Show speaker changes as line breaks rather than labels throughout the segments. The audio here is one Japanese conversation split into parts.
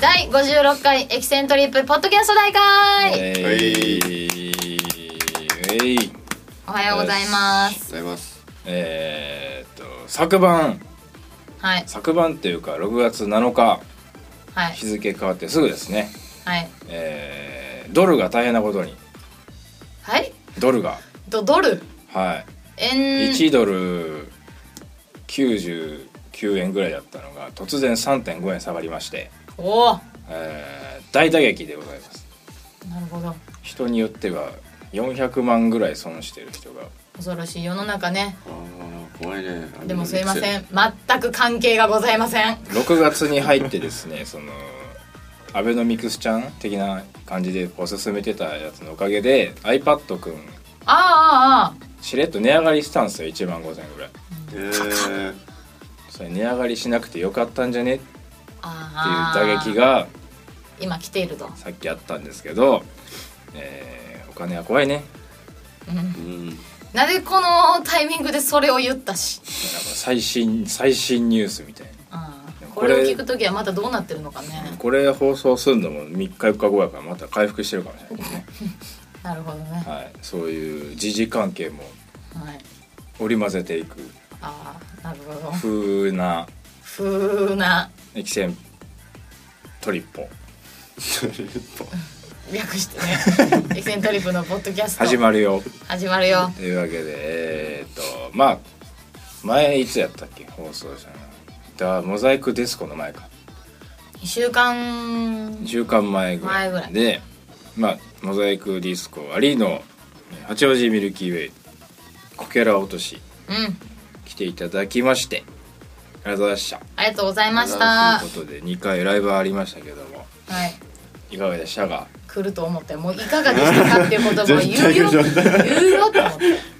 第56回エキセントリップポッドキャスト大会
えいえい
おはようございます
す
ございます
えー、っと昨晩
はい
昨晩っていうか6月7日
はい
日付変わってすぐですね、
はい
えー、ドルが大変なことに
はい
ドルが
ドドル
は
円
い、1ドル99円ぐらいだったのが突然3.5円下がりまして、
おお
えー、大打撃でございます
なるほど
人によっては400万ぐらい損してる人が
恐ろしい世の中ね
あー怖いね
でもすいませ
ん
ん全く関係がございません
6月に入ってですねそのアベノミクスちゃん的な感じでこう進めてたやつのおかげで iPad くん
あーあーあ
しれっと値上がりしたんですよ1万5000円ぐらい
えー、
それ値上がりしなくてよかったんじゃねっていう
ああ
打撃が
今来ていると、
さっきあったんですけど、えーお金は怖いね
うん
うん
なぜこのタイミングでそれを言ったし、
なんか最新最新ニュースみたい
うん、
こ
こ
れ
れを聞く時はまたどうなってるのかね
なこれ放送するのも3日4日後やからまた回復してるかもしれないですね、
なるほどね
はい、そういう時事関係も
はい
織り交ぜていく
ああなるほど
風な
ふうな
駅線トリッポ
略して ねエキセントリップのポッドキャスト
始まるよ
始まるよ
というわけでえー、っとまあ前いつやったっけ放送したのだモザイクデスコの前か
2週間
1週間前ぐらい
前ぐらい
で、まあ、モザイクディスコありの八王子ミルキーウェイこけら落とし
うん
来ていただきましてありがとうございました
ありがとうございました
と
は
いうことで2回ライブありましたけども
い
いかがでしたか
来ると思ってもういかがでしたかっていう言葉を言
絶対
うよ
来ると
言うよと思っ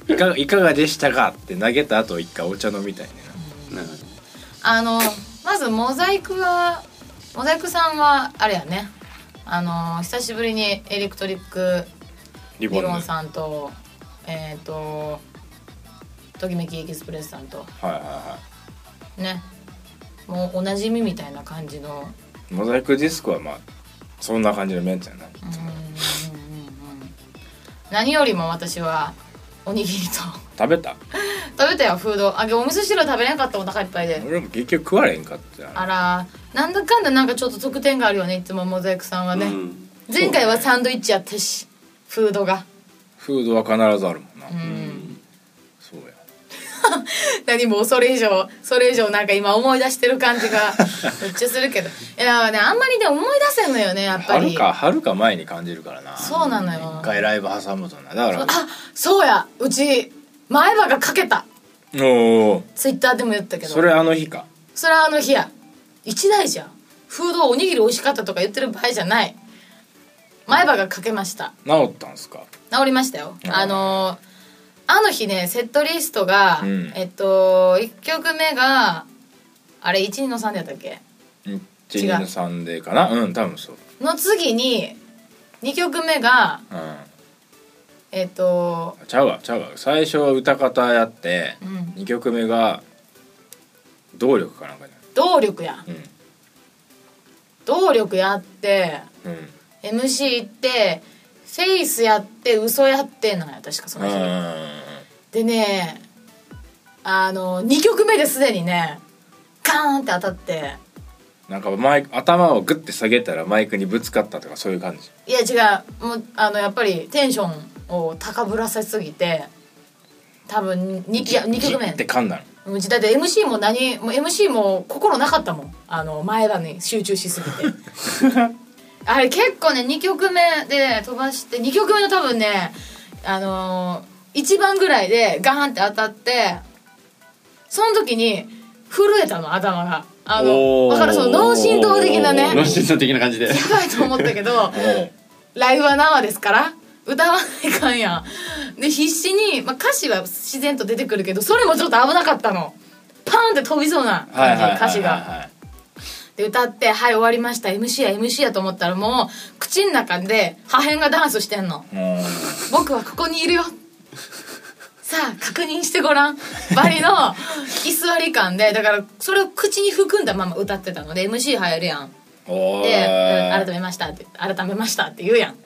て
いかいかがでしたかって投げた後一回お茶飲みたいね
なんか
あのまずモザイクはモザイクさんはあれやねあの久しぶりにエレクトリックリ
リボン
ボ
の
ンさんとえっ、とときめきエキスプレスさんと
はいはいは
ねもうおなじみみたいな感じの
いモザイクディスコはまあそんな感じのメンツやな
うんうんうんうん何よりも私はおにぎりと
食べた
食べたよフードあお味噌汁は食べれなかったお腹いっぱいで
俺も結局食われへんかったよ
あらなんだかんだなんかちょっと特典があるよねいつもモザイクさんはね、
うん
前回はサンドイッチやったしフードが
フードは必ずあるもんな、
うん
そうや
何もそれ以上それ以上なんか今思い出してる感じ がめっちゃするけどいやねあんまりね思い出せんのよねやっぱ
はる
り
かはるか前に感じるからな
そうなのよ
一回ライブ挟むとなだから
あそうやうち前歯がかけた
おお
ツイッターでも言ったけど
それあの日か
それはあの日や一大じゃんフードはおにぎり美味しかったとか言ってる場合じゃない前歯がかけました
治ったんすか
治りましたよ
あー
あのーあの日ねセットリストが、
うん
えっと1曲目があれ1 2の3でやったっけ
チリのサンデーかなうん多分そう
の次に2曲目が
うん
えっと
ちゃうわちゃうわ最初は歌方やって、
うん
二2曲目が動力かなんかじ
動力や
ゃ
動力やって
うんうん
MC 行ってフェイスやって嘘やってなんや確かその日、
う
でねあの2曲目ですでにねガーンって当たって
んなんかマイク頭をグッて下げたらマイクにぶつかったとかそういう感じ
いや違うもうあのやっぱりテンションを高ぶらせすぎて多分にいや2曲目
ギッて噛んだの
うちだって MC も何もう MC も心なかったもんあの前歯に集中しすぎてあれ結構ね2曲目で飛ばして2曲目の多分ねあのー、1番ぐらいでガーンって当たってその時に震えたの頭があの
おー
分かるその脳震盪的なね
脳震盪的な感じで
やばいと思ったけ どライブは生ですから歌わないかんやんで必死に、まあ、歌詞は自然と出てくるけどそれもちょっと危なかったのパーンって飛びそうな
はい
感
はい
じの
はいはい
歌詞
は
がで歌って「はい終わりました MC や MC や」と思ったらもう口の中で破片がダンスしてんの
いはいうん
「僕はここにいるよ」さあ確認してごらんバリの居座り感でだからそれを口に含んだまま歌ってたので MC 入るやん
おー
で「うん改めました」って「改めました」って言うやん
うん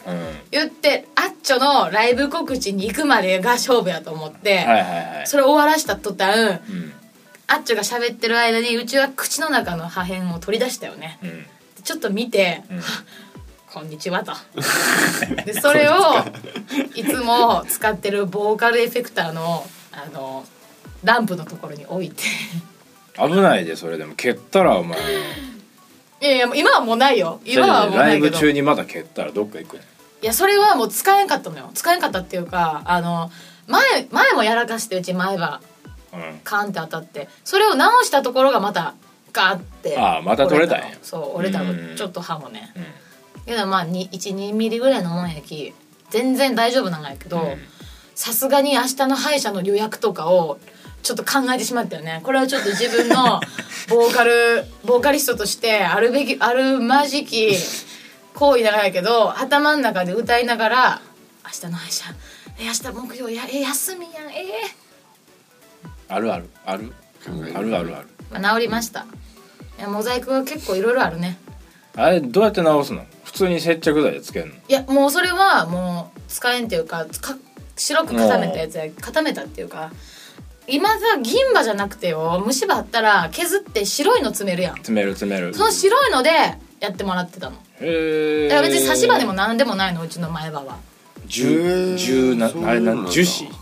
言ってあっちょのライブ告知に行くまでが勝負やと思って、
はいはいはい
それ終わらした途端
うん
あっちょが喋ってる間にうちは口の中の破片を取り出したよね
うん
ちょっと見て
うん
「 こんにち は」とでそれをいつも使ってるボーカルエフェクターのあのランプのところに置い て
危ないでそれでも蹴ったらお前
いやいやもう今はもうないよ 今はもう
ラ
な
イ
いけ
ブ
ど
中にまだ蹴ったらどっか行くね
いやそれはもう使えんかったのよ使えんかったっていうかあの前前もやらかしてうち前歯
うん
カーンって当たってそれを直したところがまたガーって
ああまた取れたんや
折のそう折れた
うん
のちょっと歯もね
うん
けどまあ12ミリぐらいのもんやき全然大丈夫なんやけど
ん
さすがに明日の歯医者の予約とかをちょっと考えてしまったよねこれはちょっと自分 のボーカルボーカリストとしてあるべきあるまじき行為ながらやけど頭の中で歌いながら「明日の歯医者え明日木曜やえ休みやんええ
あるあるある
考える
あるあるある
まあ、治りましたいやモザイクは結構いろいろあるね
あれどうやって直すの普通に接着剤でつけるの
いやもうそれはもう使えんっていうかか白く固めたやつや固めたっていうか今さ銀歯じゃなくてよ虫歯あったら削って白いの詰めるやん
詰める詰める
その白いのでやってもらってたの
へえ
だから別に差し歯でも何でもないのうちの前歯は
十十な
そう
あれな
なんだ
樹脂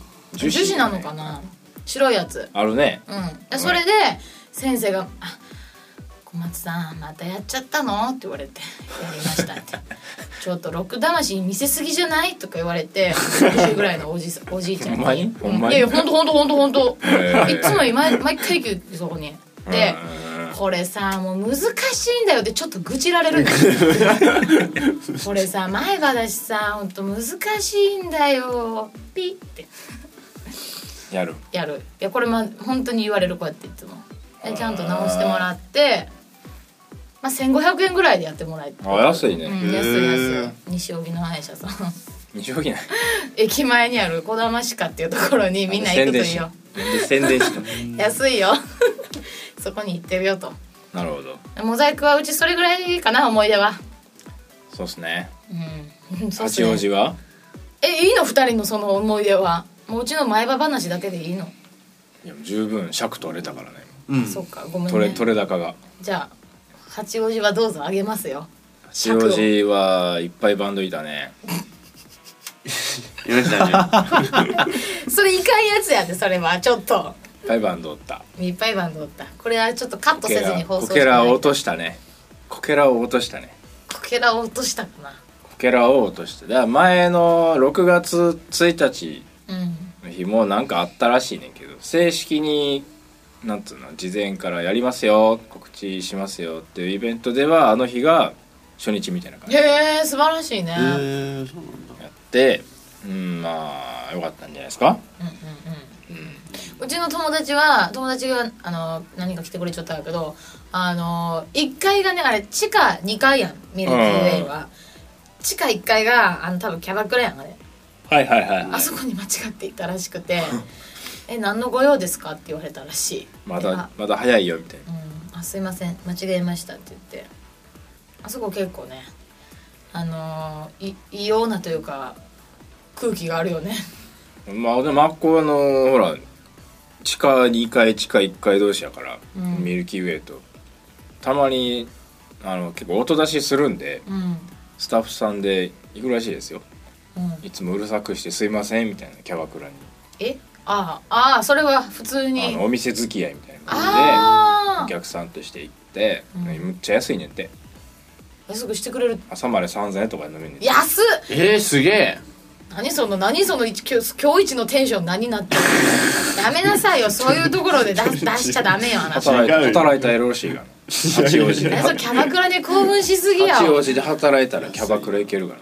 樹脂なのかな白いやつ
あるね
うんでそれで先生が「あ小松さんまたやっちゃったの?」って言われて「やりました」 って「ちょっとロック魂見せすぎじゃない?」とか言われて60ぐらいのおじさおじいちゃん
ほんまにほんまに
いやいやほんとほんとほんとほんと
へー
いつも毎毎回行くそこにで
うん
これさもう難しいんだよってちょっと愚痴られるんだよ これさ前歯だしさほんと難しいんだよピッて
やる
やるいやこれま本当に言われるこうやっていつもでちゃんと直してもらってまあ1500円ぐらいでやってもらえて
あ安いね
うん、安い安い西荻の歯医者さん
日曜日ない
駅前にある小玉歯科っていうところにみんな行くといいよ
宣伝し宣伝し
安いよ そこに行ってるよと
なるほど
モザイクはうちそれぐらいかな思い出は
そうっすね
うんそうっす
八
ね
王子は
えいいの2人のその思い出はもううちの前歯話だけでいいの、
いや十分尺取れたからね
うん
そっかごめんね
取れ取れ高が
じゃあ八王子はどうぞあげますよ
八王子はいっぱいバンドいたね
いましたね
それいかんやつやでそれはちょっと
いっぱいバンドおった
いっぱいバンドおったこれはちょっとカット
こ
せ
け
ず
ら
に放送
こ
して
けらを落
こ
としたねこけらを落としたね
けらを落としたか
こけらを落としてだから前の6月1日
なうん
の日もなんかあったらしいねんけど正式になんつうの事前からやりますよ告知しますよっていうイベントではあの日が初日みたいな感じ
へえ素晴らしいね、
へえそうなんだ
やってうんまあよかったんじゃないですか
うんうんうんうちの友達は友達があの何か来てくれちゃったんやけどあの1階がねあれ地下2階やんミルキーウェイは地下1階があの多分キャバクラやんあれ
はいはいはいは
あそこに間違って行ったらしくて「え何のご用ですか?」って言われたらしい
ま
であ
だまだ早いよみたいな
うん、あすいません間違えましたって言ってあそこ結構ねあのーい異様なというか空気があるよね
まあでもあっこはあのほら地下2階地下1階同士やから、
うん
ミルキーウェイとたまにあの結構音出しするんで
うん
スタッフさんで行くらしいですよ
うん
いつもうるさくして「すいません」みたいなキャバクラに
えあああそれは普通
あ
に
のお店付き合いみたいな感
あ
じでお客さんとして行って、
うん
むっちゃ安いねんて
あ安くしてくれる
朝まで3000円とかで飲めんねんて
安っ
えー、すげえ
何その何その一今日今日一のテンション何なってる やめなさいよそういうところで出出 しちゃダメよあなた
働いた
違うよ
働いた LOC が八王子で
何それキャバクラで興奮しすぎや
八王子で働いたらキャバクラ行けるから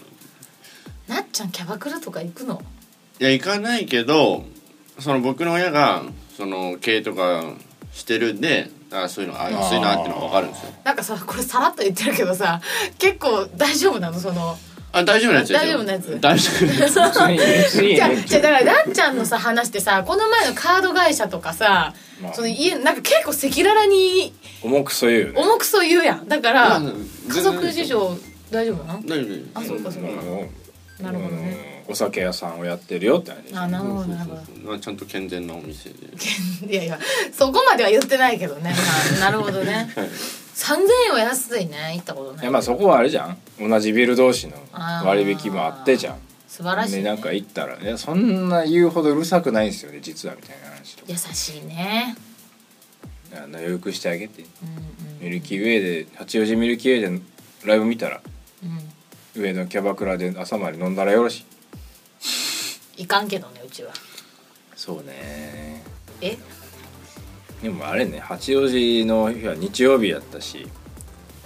なっちゃんキャバクラとか行くの
いや行かないけどその僕の親がその経営とかしてるんであそういうのあ安いなってのは分かるんですよ
なんかさこれさらっと言ってるけどさ結構大丈夫なのその
あ大丈夫なやつです
大
よ
丈夫なやつ
大丈夫なやつ
そう
いいねい い
じゃあ
ね
じゃあだからランちゃんのさ話ってさこの前のカード会社とかさ、
まあ
その家なんか結構赤裸々に
重くそう言うよね
重くそう言うやんだから、
まあ
家族事情大丈夫なの
大丈夫
あそうかそうか、
うん
なるほどね
うんお酒屋さんをやってるよって話
あなるほどなる
そう
ほ
そうそうまあちゃんと健全なお店で
ど いやいやそこまでは言ってないけどね、まあ、なるほどね3000円は安いね行ったことない
いやまあそこはあれじゃん同じビル同士の
あー
割引もあってじゃん
素晴らしい、
で
ね、
なんか行ったらねそんな言うほどうるさくないんですよね実はみたいな話とか
優しいね
あの予約してあげて
うん
ミルキーウェイで八王子ミルキーウェイでライブ見たら
うんうん
上のキャバクラで朝まで飲んだらよろしい
いかんけどねうちは
そうね
え
でもあれね八王子の日は日曜日やったし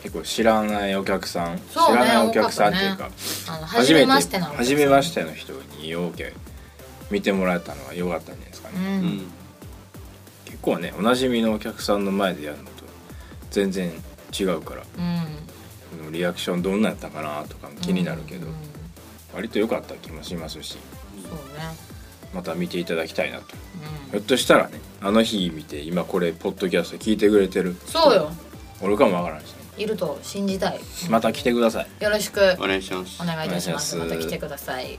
結構知らないお客さん、知
そうね
らないお客さんっていう
多か
か
っあの初めましてなの
初めましての人にようけ見てもらえたのは良かったんじゃないですか
う、
ね、
うんん
結構ねおなじみのお客さんの前でやるのと全然違うから
うん、
リアクションどんなやったかなとかも気になるけど、
うん
割と良かった気もしますし
そうね
また見ていただきたいなと
うん
ひょっとしたらねあの日見て今これポッドキャスト聞いてくれてる
そうよ
俺かもわからんしね
いると信じたい
また来てください
よろしく
お願いします
お願いいたします
お
ま
願いし
た来
ます
てください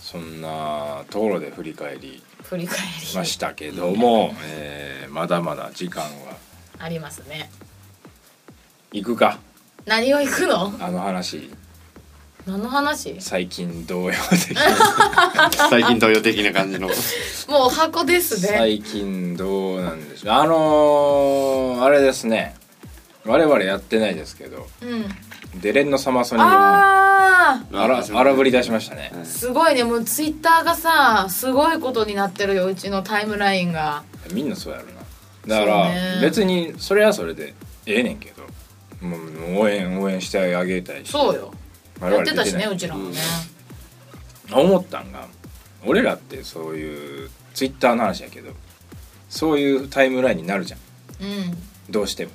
そんなところで振り返り
振り返
ま
り
したけども、えーまだまだ時間は
ありますね
行くか
何を行くの
あの話
何の 話
最近同様的
最近同様的な感じの
もう箱です ね
最近どうなんでしょうあのー、あれですね我々やってないですけど
うん
デレンのサマソニーをあ
あ
ー
ら荒ぶり出しましたね
ーすごいねもうツイッターがさすごいことになってるようちのタイムラインが
みんなそうやるなだから、
そうね
別にそれはそれでええねんけどもう応援応援してあげたいし
そうよ
我
やっ
々
てたしね
で
う
き
ちらもね
ない思ったんが俺らってそういうツイッターの話やけどそういうタイムラインになるじゃん
う
どうしても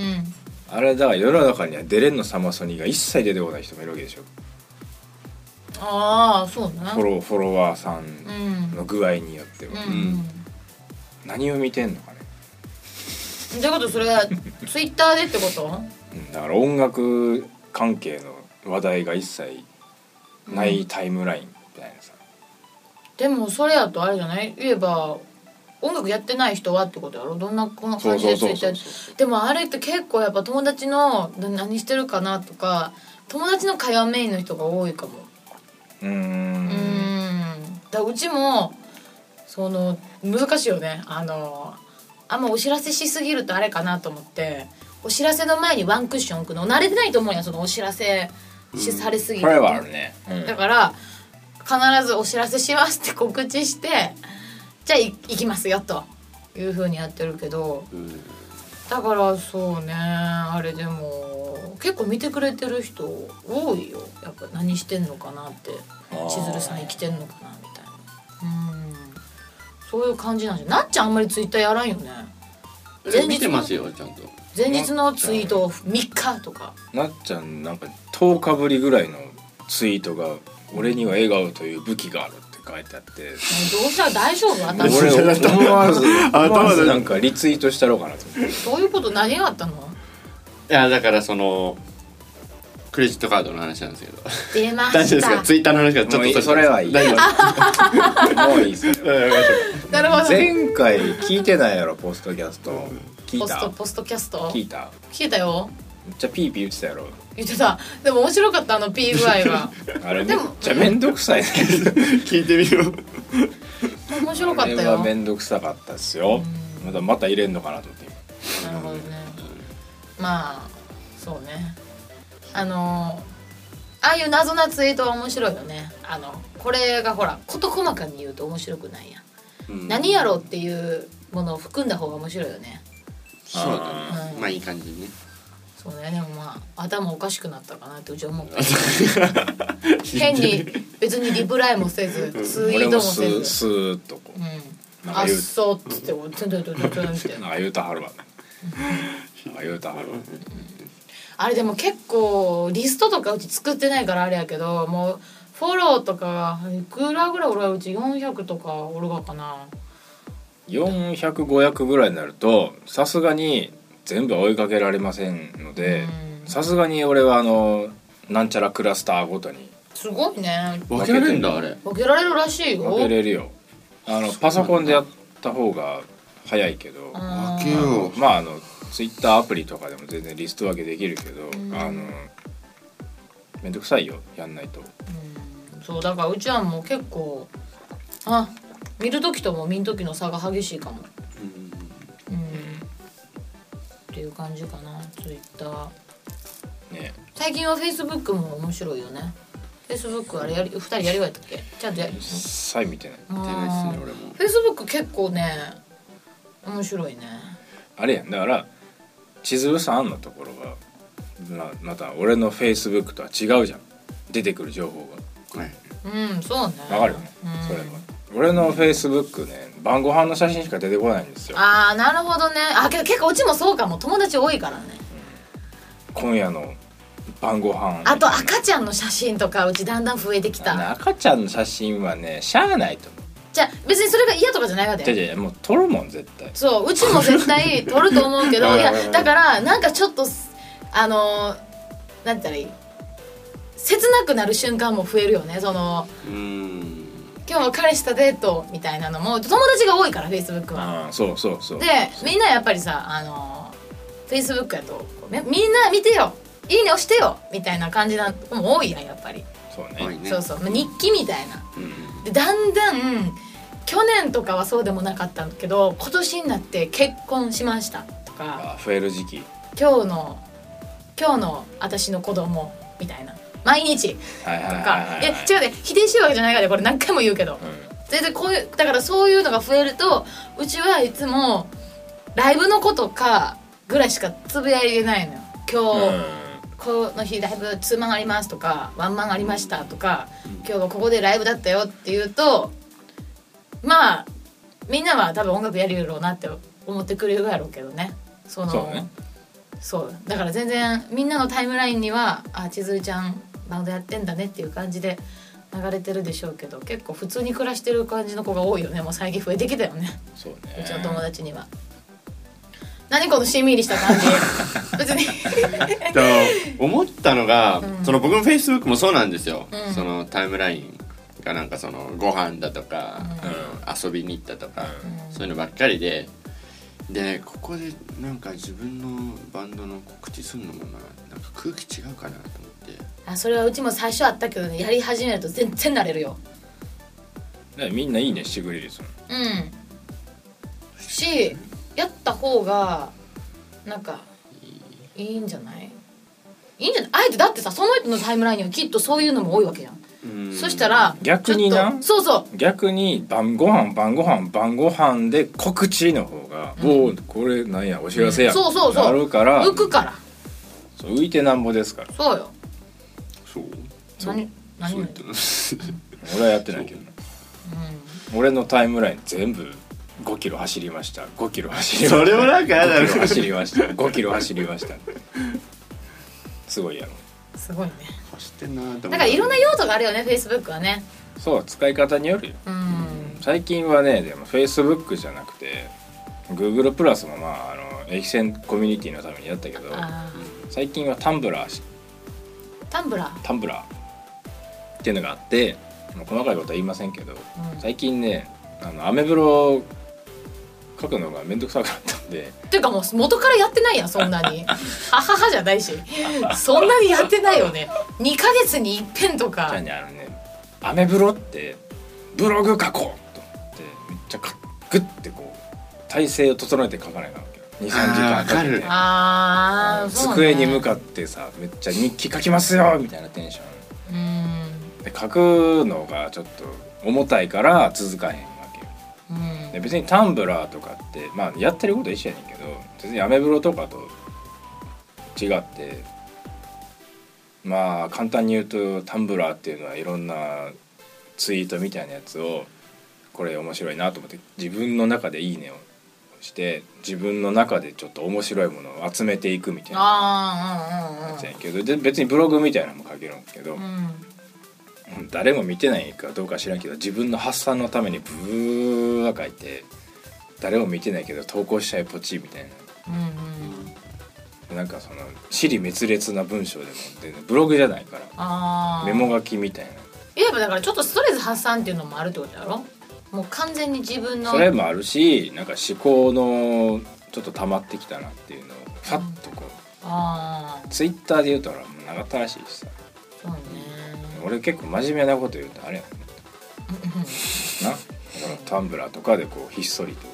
んうん
あれだから世の中にはデレンのサマソニーが一切出てこない人もいるわけでしょ
ああそうね
フォローフォロワーさ
うんん
の具合によっては、
うんうん
何を見てんのかね、
ってことそれはツイッターでってこと
うん、だから音楽関係の話題が一切ないタイムラインみたいなさ、
でもそれやとあれじゃない言えば音楽やってない人はってことやろどんなこんな感じでつ
そうそうそう
い
そう
てでもあれって結構やっぱ友達のな何してるかなとか友達の会話メインの人が多いかも
うー
うんーんだからうちもその難しいよねあのあんまお知らせしすぎるとあれかなと思ってお知らせの前にワンクッション置くの慣れてないと思うやんそのお知らせしされすぎて
これはあるね、うん
だから必ずお知らせしますって告知してじゃあい行きますよというふうにやってるけど
うん
だからそうねあれでも結構見てくれてる人多いよやっぱ何してんのかなって
あー
千鶴さん生きてんのかなみたいなうんそういう感じなんじゃなっちゃんあんまりツイッターやらんよね前日の
見てますよちゃんと
前日のツイート3日とか
なっちゃんなんか10日ぶりぐらいのツイートが「俺には笑顔という武器がある」って書いてあ って
どうしたら大丈夫
俺
私
で
思わず
頭で
思わずなんかリツイートしたろうかなと思 って
どういうこと何があったの
いやだからそのクレジットカードの話なんですけど
出ま
大丈夫
し
ですか
た
ツイッターの話がちょ
もう
っ
い
と
いそれはいい
大丈夫 です
もういいっ すよ
うんわか
なるほど
前回聞いてないやろポストキャスト聞
ポ
い
スト
た
ポストキャスト
聞いた
聞いたよ
めっちゃピーピー言ってたやろ
言ってたでも面白かったあの P 具合 は
あれめ
で
っ
も
ちゃ面倒くさいね
った聞いてみよう
面白か
あ
った
れ
よ
は
なる
面倒くさかったっすよまだまた入れんのかなと思って今
ほどねまあそうねあのああいう謎なツイートは面白いよねあのこれがほら事細かに言うと面白くないやん、何やろうっていうものを含んだ方が面白いよね
そうだね
うん
まあいい感じにね
そうねでもまあ頭おかしくなったかなってうちは思った 変に別にリプライもせずツイー
俺
トも
もス
せ
ー
ず
スーッとこう
うん、
な
あ
んか
っ
言う
そうっつってこうトゥントゥントゥントゥンって
なんか言うたはるわなんか言うたはるわ
あれでも結構リストとかうち作ってないからあれやけどもうフォローとかいくらぐらい俺はうち400とかおるがかな
400500ぐらいになるとさすがに全部は追いかけられませんので
うん
さすがに俺はあのなんちゃらクラスターごとに
すごいね
分けられるんだあれ
分けられるらしいよ
分けれるよあのパソコンでやった方が早いけど
うん
分けよ
まああのツイッターアプリとかでも全然リスト分けできるけど
ん
あのめんどくさいよやんないと
うんそうだからうちはもう結構あ見る時とも見ん時の差が激しいかもうんっていう感じかなツイッター
ね
最近はフェイスブックも面白いよねフェイスブックあれやり2人やり終えたっけちゃんとやり
一切見てない
フ
見てないっすね俺も
ェイスブック結構ね面白いね
あれやんだから千鶴さんのところがままた俺のフェイスブックとは違うじゃん出てくる情報
はい
うんそうね
がわかるよね、
うん
それは俺のフェイスブックね晩ご飯の写真しか出てこないんですよ
ああなるほどねあけど結構うちもそうかも友達多いからね
今夜の晩ご飯
あと赤ちゃんの写真とかうちだんだん増えてき
あの
た
赤ちゃんの写真はねしゃあないと思
じゃあ別にそれが嫌とかじゃないわ
うじゃ
で
じゃもう撮るもん絶対
そううちも絶対撮ると思 うけ
は
ど
い
い
はいはい
やだからなんかちょっとあのーなんて言ったらいい切なくなる瞬間も増えるよねその
うん
今日も彼氏とデートみたいなのも友達が多いからフェイスブックは
ああそうそうそう
でみんなやっぱりさあのフェイスブックやとこうねみんな見てよいいね押してよみたいな感じな子も多いやんやっぱり、
そう
多い
ね
ね
そうそうまあ日記みたいな
うん
でだんだん去年とかはそうでもなかったんだけど今年になって結婚しましたとか
あ増える時期
今日の今日の私の子供みたいな毎日
はいはい
と
はい
か
はい
え違うね否定してるわけじゃないからねこれ何回も言うけど、
う
全然こういうだからそういうのが増えるとうちはいつもライブのことかぐらいしかつぶやいてないのよ
んう
今日、
ん
この日ライブツーマンありますとかワンマンありましたとか、今日はここでライブだったよっていうとまあみんなは多分音楽やるやろうなって思ってくれるやろうけどねその
そうね
そうだから全然みんなのタイムラインには「あ千鶴ちゃんバンドやってんだね」っていう感じで流れてるでしょうけど結構普通に暮らしてる感じの子が多いよねもう最近増えてきたよね
そう
う
ね
ちの友達には。何このしんみりした感じ別に
と思ったのが、その僕のフェイスブックもそうなんですよ、
うん
そのタイムラインがなんかそのご飯だとか、あの遊びに行ったとか、そういうのばっかりででここでなんか自分のバンドの告知するのもななんか空気違うかなと思って
あそれはうちも最初あったけどねやり始めると全然慣れるよ
ねみんないいねしてくれるよその
うんしやった方がなんかいいんじゃないいいんじゃないあえてだってさその人のタイムラインにはきっとそういうのも多いわけじゃん、そしたら
逆にな
ちょっとそうそう
逆に晩ご飯晩ご飯晩ご飯で告知の方が、おおこれなんやお知らせや、
そうそうそう
なるから
浮くから
そう浮いてなんぼですから
そうよ
そう
何何
そう
も
言ったの
俺はやってないけどな俺のタイムライン全部5キロ走りました5キロ走りました
それもなんかやだ
5
な
キロ走りました5キロ走りましたすごいやろ
すごいね
走ってん なと思って
だからいろんな用途があるよねフェイスブックはね
そう使い方によるよ
うん
最近はねでも Facebook じゃなくて Google プラスもまああの駅線コミュニティのためにやったけど
あ
最近はタンブラーし
ータンブラー
タンブラーっていうのがあってもう細かいことは言いませんけど、
ん
最近ねあのアメブロを書くのが面倒くさくなったんで
っていうかもう元からやってないやんそんなにはははじゃないしそんなにやってないよね2ヶ月に一遍と
じゃあ
か
ねあのねアメブロってブログ書こうと思ってめっちゃかグッてこう体勢を整えて書かないなわけよ23時間か
あー
け
わ
て
かる
ああ
机に向
っ
かってさめっちゃ日記書きますよみたいなテンション
てうん
で書くのがちょっと重たいから続かへんわけよ
うん
で別にタンブラーとかってまあやってることは一緒やねんけど別にアメブロとかと違ってまあ簡単に言うとタンブラーっていうのはいろんなツイートみたいなやつをこれ面白いなと思って自分の中で「いいね」をして自分の中でちょっと面白いものを集めていくみたいな
あ
やつ
あ
やけどで別にブログみたいなのも書けるんけど、
うんうんうんうん
誰も見てないかどうか知らんけど自分の発散のためにブーが書いて誰も見てないけど投稿したいポチみたい
うんうん
ななんかその尻滅裂な文章でもでブログじゃないから
ああ
メモ書きみたい
いわばだからちょっとストレス発散っていうのもあるってことだろもう完全に自分
な
の
それもあるしなんか思考のちょっと溜まってきたなっていうのをファッとこう
ああ
ツイッターで言うたらもう長ったらしいしさ
そうね
俺結構真面目なこと言うとあれやななだからタンブラーとかでこうひっそりと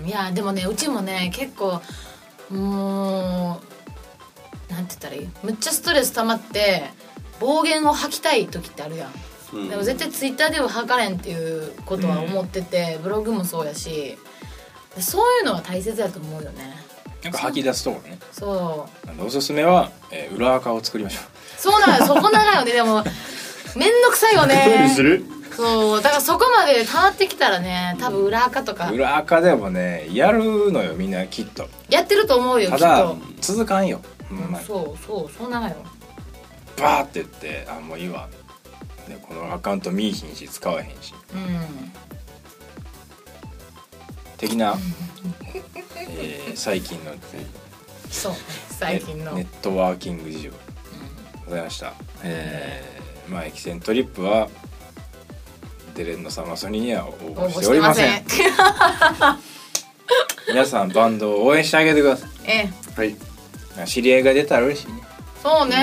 うんいやでもねうちもね結構もうなんて言ったらいいむっちゃストレス溜まって暴言を吐きたい時ってあるやん
うん
でも絶対ツイッターでは吐かれんっていうことは思ってて、ブログもそうやしそういうのは大切だと思うよね
なんか吐き出すとこね
そう
あのおすすめは、えー裏垢を作りましょう
そうなのよそこなのよねでもめんどくさいよ
どう
ね
する
そうだからそこまで溜まってきたらね多分裏垢とか
裏垢でもねやるのよみんなきっと
やってると思うよき
た
っ
だ
と
続かんよ、ほんまに
そうそうそうなのよ
バーって言ってあもういいわでこのアカウント見いひんし使わへんし
うん
的な、えー最近の
そう最近の、
ネネットワーキング事情ございましたえー、まあエキセントリップはデレンのサマソニーには応
うん、応募
募し
してて
おり
ま
ませ
せ
ん
ん
皆さんバンドを応援してあげてくださ
ええ
はい
い知り合いが出たら嬉しいね
そうね、
ウ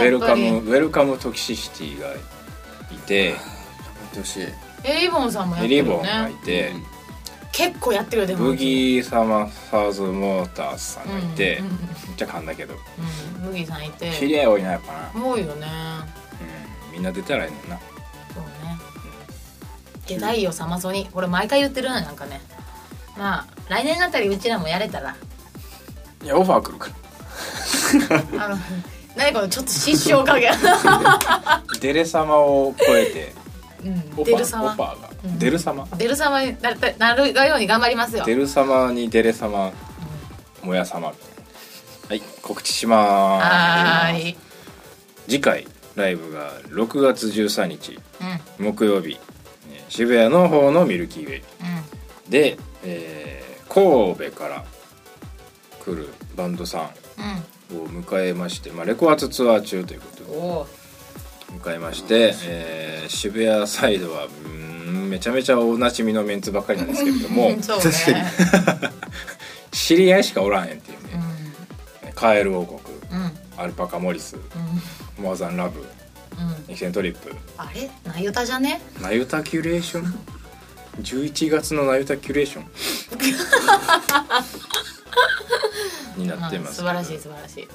ェ
や
ル
っぱ
カ
り
ムウェルカムトキシシティがいて
待ってほしい
えリボンさんもやっ
エ
てる
リ
よ
ボンがい
ね
て、
結構やってるよでも
ブギーサマサーズモーターズさんがいて、
うんうんうん
めっちゃ噛んだけど
うん、ブギーさんいて
知り合い多いなやっぱな、
多いよね
うん、みんな出たらいいねんな
そうね出たいよサマソニこれ毎回言ってるのなんかねまあ来年あたりうちらもやれたら
いやオファー来るか
あ の何このちょっと失笑加減
らデレ様を超えて
うん
オフ
デ
ァ
ル
ーオ
様
ファーが、
うん
デル様
デル様になるなるように頑張りますよ
デル様にデレ様もや様みたいなはい告知しま
は
ーす
ーい
次回ライブが6月13日
うんうん
木曜日えー渋谷の方のミルキーウェイで、えー神戸から来るバンドさんを迎えまして、まあ、レコアツツアー中ということ
うん
で
おー
迎えまして、えー渋谷サイドはうーんめちゃめちゃおなじみのメンツばっかりなんですけれども
うん そう
確か
ね
知り合いしかおらへんっていう
う
ね
ん
カエル王国
うん
アルパカモリスモアザンラブ
うんうん
エキセントリップ
あれナユタじゃね
ナユタキュレーション11月のナユタキュレーション になって
う
ま
ん
す
素晴らしい素晴らしい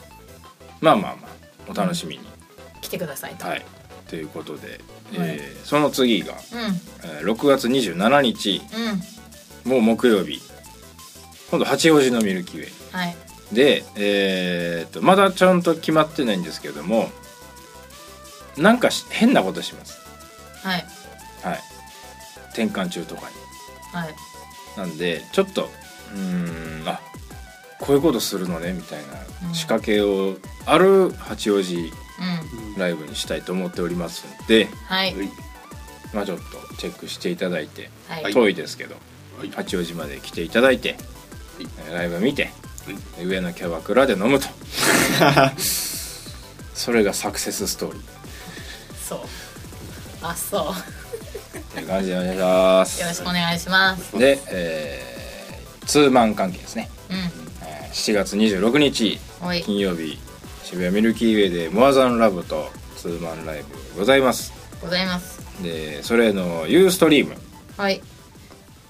まあまあまあお楽しみに、
来てくださいと
はいということで、えーその次が、
うん
えー6月27日
うん
もう木曜日今度八王子のミルキーウェイ
はい
でえーっとまだちゃんと決まってないんですけれどもなんかし変なことします
はい
はい転換中とかに
はい
なんでちょっとうーんあこういうことするのねみたいな仕掛けをある八王子
うん
ライブにしたいと思っておりますんで、
はい
はい
まあ、ちょっとチェックしていただいて、
はい
遠いですけど
はい
八王子まで来ていただいて、えーライブ見て、上のキャバクラで飲 むとそれがサクセスストーリー
そうあそう
っていう感じでお願いしま
よろし
す
くお願いします
で、えーツーマン関係ですね、
うん
えー7月26日
おい
金曜日渋谷ミルキーウェイでモアザンラブとツーマンライブございます
ございます
でそれのユーストリーム
はい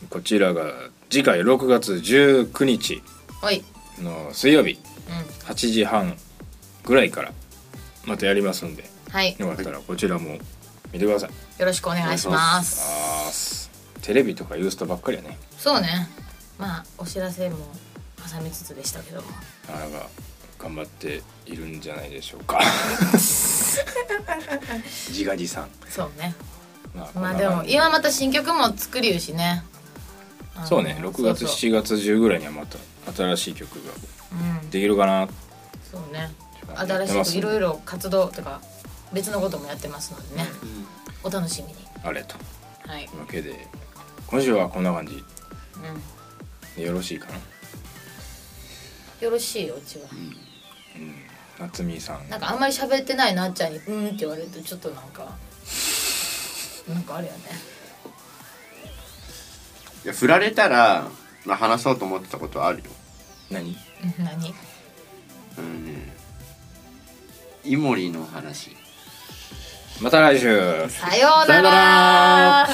こちらが次回6月19日
おい
の水曜日
う
8時半ぐらいからまたやりますんで
んはい
よかったらこちらも見てください、
よろしくお願いします
あーすテレビとかユーストばっかりやね
そうねまあお知らせも挟みつつでしたけども
なかなか頑張っているんじゃないでしょう か 自画自賛
そうね
まあこん
ま
な
あで
感
も
じ
今また新曲も作りゆうしねあの
そうね6月
そうそ
7月中ぐらいにはまた新しい曲が
ううん
できるかな
そうね
や
新
ってます
しいいろいろ活動とか別のこともやってますのでね、お楽しみに
あれと
はい、
いうわけで今週はこんな感じ
う、
でよろしいかなん
よろしいようちは
夏美さん
なんかあんまり喋ってないなっちゃんに「うん」って言われるとちょっとなんかなんかあれやね
いや振られたら、まあ、話そうと思ってたことはあるよ
何
うん何
うんねイモリの話
また来週
さような
さような
ら